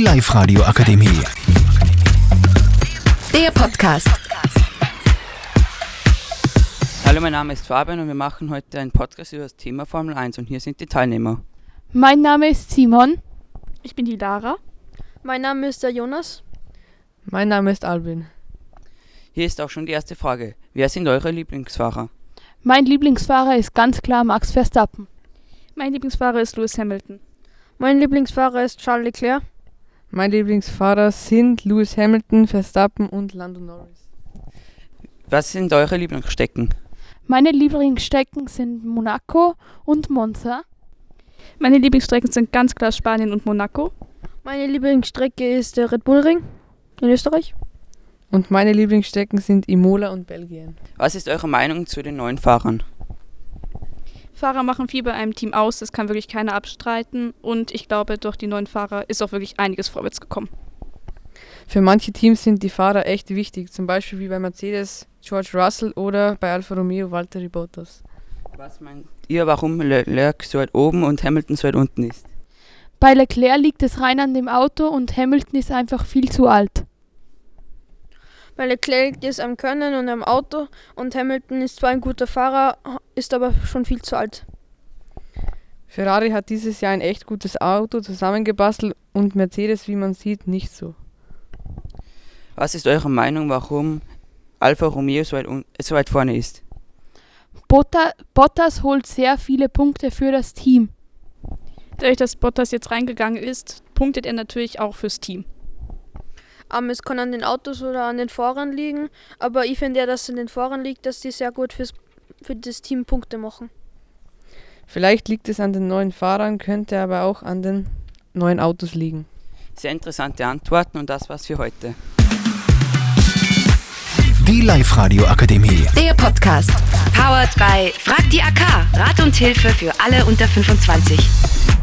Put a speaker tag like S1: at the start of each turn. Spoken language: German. S1: Live Radio Akademie.
S2: Der Podcast.
S3: Hallo, mein Name ist Fabian und wir machen heute einen Podcast über das Thema Formel 1 und hier sind die Teilnehmer.
S4: Mein Name ist Simon.
S5: Ich bin die Lara.
S6: Mein Name ist der Jonas.
S7: Mein Name ist Albin.
S3: Hier ist auch schon die erste Frage. Wer sind eure Lieblingsfahrer?
S4: Mein Lieblingsfahrer ist ganz klar Max Verstappen.
S5: Mein Lieblingsfahrer ist Lewis Hamilton.
S6: Mein Lieblingsfahrer ist Charles Leclerc.
S7: Meine Lieblingsfahrer sind Lewis Hamilton, Verstappen und Lando Norris.
S3: Was sind eure Lieblingsstecken?
S4: Meine Lieblingsstrecken sind Monaco und Monza.
S5: Meine Lieblingsstrecken sind ganz klar Spanien und Monaco.
S6: Meine Lieblingsstrecke ist der Red Bull Ring in Österreich.
S7: Und meine Lieblingsstrecken sind Imola und Belgien.
S3: Was ist eure Meinung zu den neuen Fahrern?
S5: Fahrer machen viel bei einem Team aus, das kann wirklich keiner abstreiten. Und ich glaube, durch die neuen Fahrer ist auch wirklich einiges vorwärts gekommen.
S7: Für manche Teams sind die Fahrer echt wichtig, zum Beispiel wie bei Mercedes George Russell oder bei Alfa Romeo Valtteri Bottas.
S3: Was meint ihr, warum Leclerc so weit oben und Hamilton so weit unten ist?
S4: Bei Leclerc liegt es rein an dem Auto und Hamilton ist einfach viel zu alt.
S6: Weil Leclerc ist am Können und am Auto und Hamilton ist zwar ein guter Fahrer, ist aber schon viel zu alt.
S7: Ferrari hat dieses Jahr ein echt gutes Auto zusammengebastelt und Mercedes, wie man sieht, nicht so.
S3: Was ist eure Meinung, warum Alfa Romeo so weit, un so weit vorne ist?
S4: Botta, Bottas holt sehr viele Punkte für das Team.
S5: Dadurch, dass Bottas jetzt reingegangen ist, punktet er natürlich auch fürs Team.
S6: Ähm, es kann an den Autos oder an den Fahrern liegen, aber ich finde ja, dass es an den Fahrern liegt, dass die sehr gut fürs, für das Team Punkte machen.
S7: Vielleicht liegt es an den neuen Fahrern, könnte aber auch an den neuen Autos liegen.
S3: Sehr interessante Antworten und das war's für heute.
S1: Die Live Radio Akademie.
S2: Der Podcast. Powered by Frag die AK. Rat und Hilfe für alle unter 25.